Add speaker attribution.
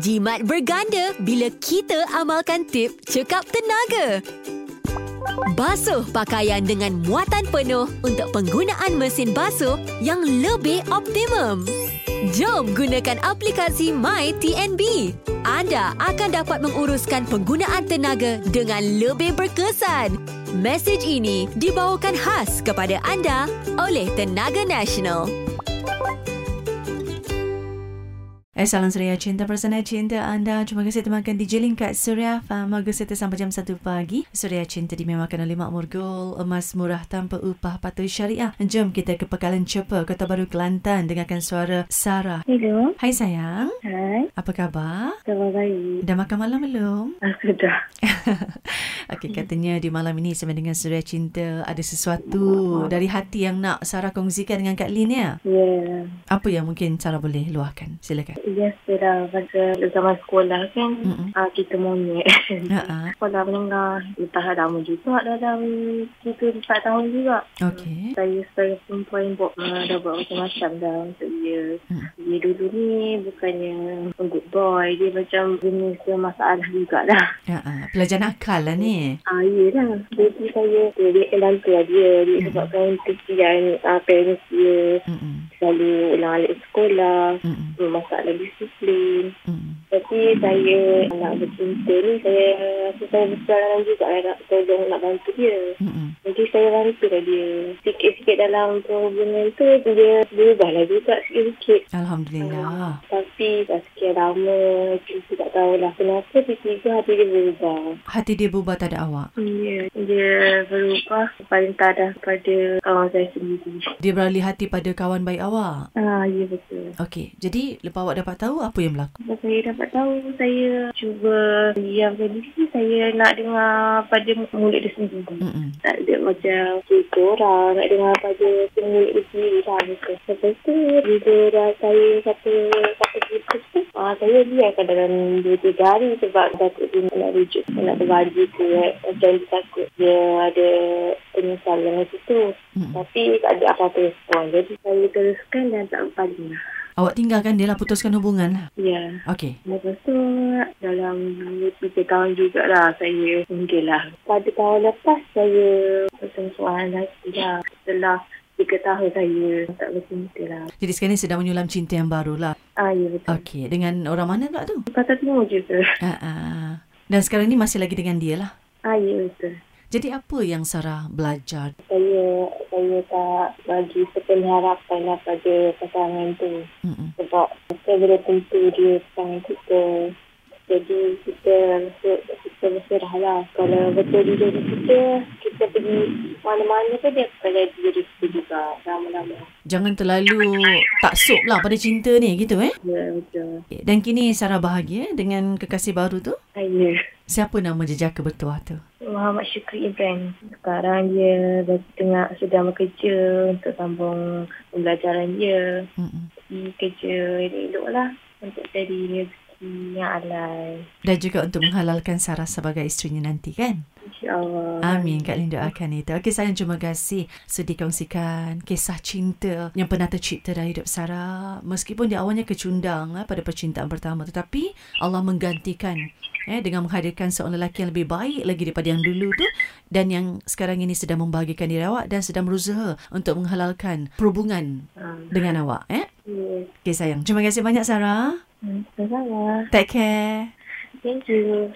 Speaker 1: Jimat berganda bila kita amalkan tip cekap tenaga. Basuh pakaian dengan muatan penuh untuk penggunaan mesin basuh yang lebih optimum. Jom gunakan aplikasi MyTNB. Anda akan dapat menguruskan penggunaan tenaga dengan lebih berkesan. Mesej ini dibawakan khas kepada anda oleh Tenaga Nasional.
Speaker 2: Eh, Salam Suria Cinta Persana Cinta anda Terima kasih temankan DJ Link kat Suria Faham Serta sampai jam 1 pagi Suria Cinta dimewahkan oleh Makmur Gold Emas murah tanpa upah patuh syariah Jom kita ke Pekalan Cepa Kota Baru Kelantan Dengarkan suara Sarah
Speaker 3: Hello.
Speaker 2: Hai sayang
Speaker 3: Hai.
Speaker 2: Apa khabar?
Speaker 3: Khabar baik.
Speaker 2: Dah makan malam belum?
Speaker 3: Ah, sudah.
Speaker 2: Okey katanya di malam ini Sama dengan Suria Cinta Ada sesuatu dari hati yang nak Sarah kongsikan dengan Kak Lin ya
Speaker 3: Ya. Yeah.
Speaker 2: Apa yang mungkin Sarah boleh luahkan? Silakan
Speaker 3: Biasalah masa zaman sekolah kan.
Speaker 2: Mm-mm.
Speaker 3: Ah, kita monyet.
Speaker 2: Ha-ha.
Speaker 3: sekolah menengah. Entah lama juga dah dah 3-4 tahun juga.
Speaker 2: Okey
Speaker 3: Saya sebagai perempuan buat, ah, dah buat macam-macam dah untuk dia.
Speaker 2: Mm.
Speaker 3: Dia dulu ni bukannya good boy. Dia macam jenis dia masalah juga dah.
Speaker 2: Ha-ha. Pelajar nakal ah, lah ni
Speaker 3: Ah, yelah. Jadi saya, dia, dia kelantau dia. Dia sebabkan kesian ah, parents dia.
Speaker 2: Mm-mm.
Speaker 3: Selalu ulang alik sekolah.
Speaker 2: Mm-mm.
Speaker 3: masalah disiplin.
Speaker 2: Mm-mm.
Speaker 3: Tapi saya nak bercinta ni, saya rasa saya berserangan juga lah nak tolong, nak bantu dia.
Speaker 2: Mm-mm.
Speaker 3: Jadi saya bantu lah dia. Sikit-sikit dalam hubungan tu, dia berubah lah juga sikit-sikit.
Speaker 2: Alhamdulillah.
Speaker 3: Tapi dah sekian lama, kita tak tahulah kenapa tiba-tiba hati dia berubah.
Speaker 2: Hati dia berubah tak ada awak.
Speaker 3: Ya, dia berubah paling tadah pada kawan saya sendiri.
Speaker 2: Dia beralih hati pada kawan baik awak.
Speaker 3: Ah, ya betul.
Speaker 2: Okey, jadi lepas awak dapat tahu apa yang berlaku?
Speaker 3: Sebab saya dapat tahu, saya cuba diamkan diri. Saya nak dengar pada mulut dia sendiri.
Speaker 2: Mm-mm.
Speaker 3: Tak ada macam cerita orang, nak dengar pada mulut dia sendiri lah. Gitu. Lepas tu, bila dah saya kata kata cerita tu, ah, saya biarkan dalam 2-3 hari sebab takut dia nak rujuk, nak berbagi ke. eh. Macam dia takut dia ada penyesalan macam tu.
Speaker 2: Mm-mm.
Speaker 3: Tapi tak ada apa-apa respon. Jadi saya teruskan dan tak berpaling.
Speaker 2: Awak tinggalkan dia lah, putuskan hubungan lah.
Speaker 3: Ya.
Speaker 2: Okey.
Speaker 3: Lepas tu dalam 2-3 tahun jugalah saya single lah. Pada tahun lepas saya macam soalan lagi lah. Setelah 3 tahun saya tak bercinta lah.
Speaker 2: Jadi sekarang ni sedang menyulam cinta yang baru lah.
Speaker 3: Ah ya betul.
Speaker 2: Okey, dengan orang mana pula tu?
Speaker 3: Okay. Kata timur je tu.
Speaker 2: Ha-ha. Dan sekarang ni masih lagi dengan dia lah.
Speaker 3: Ah ya betul.
Speaker 2: Jadi apa yang Sarah belajar?
Speaker 3: Saya saya tak bagi sepenuh harapan lah pada pasangan tu.
Speaker 2: Mm-mm.
Speaker 3: Sebab kita bila tentu dia pasangan kita. Jadi kita rasa kita berserah lah. Kalau betul dia diri kita, kita pergi mana-mana pun dia akan jadi diri kita juga. Lama-lama.
Speaker 2: Jangan terlalu taksub lah pada cinta ni gitu eh.
Speaker 3: Ya, betul.
Speaker 2: Okey, Dan kini Sarah bahagia dengan kekasih baru tu?
Speaker 3: Saya.
Speaker 2: Siapa nama jejaka bertuah tu?
Speaker 3: ya. Muhammad Syukri Ibrahim. Sekarang dia bagi tengah sedang bekerja untuk sambung pembelajaran dia.
Speaker 2: Mm-mm.
Speaker 3: Di kerja elok-elok lah untuk jadi rezeki yang alai.
Speaker 2: Dan juga untuk menghalalkan Sarah sebagai isterinya nanti kan?
Speaker 3: InsyaAllah.
Speaker 2: Amin. Kak Lin doakan itu. Okey sayang terima kasih sudi kongsikan kisah cinta yang pernah tercipta dalam hidup Sarah. Meskipun dia awalnya kecundang eh, pada percintaan pertama tetapi Allah menggantikan eh, dengan menghadirkan seorang lelaki yang lebih baik lagi daripada yang dulu tu dan yang sekarang ini sedang membahagikan diri awak dan sedang berusaha untuk menghalalkan perhubungan
Speaker 3: Ah,
Speaker 2: dengan awak. Eh?
Speaker 3: ya.
Speaker 2: Okey sayang. Terima kasih banyak Sarah.
Speaker 3: Hmm, Sama-sama.
Speaker 2: Take care.
Speaker 3: Thank you.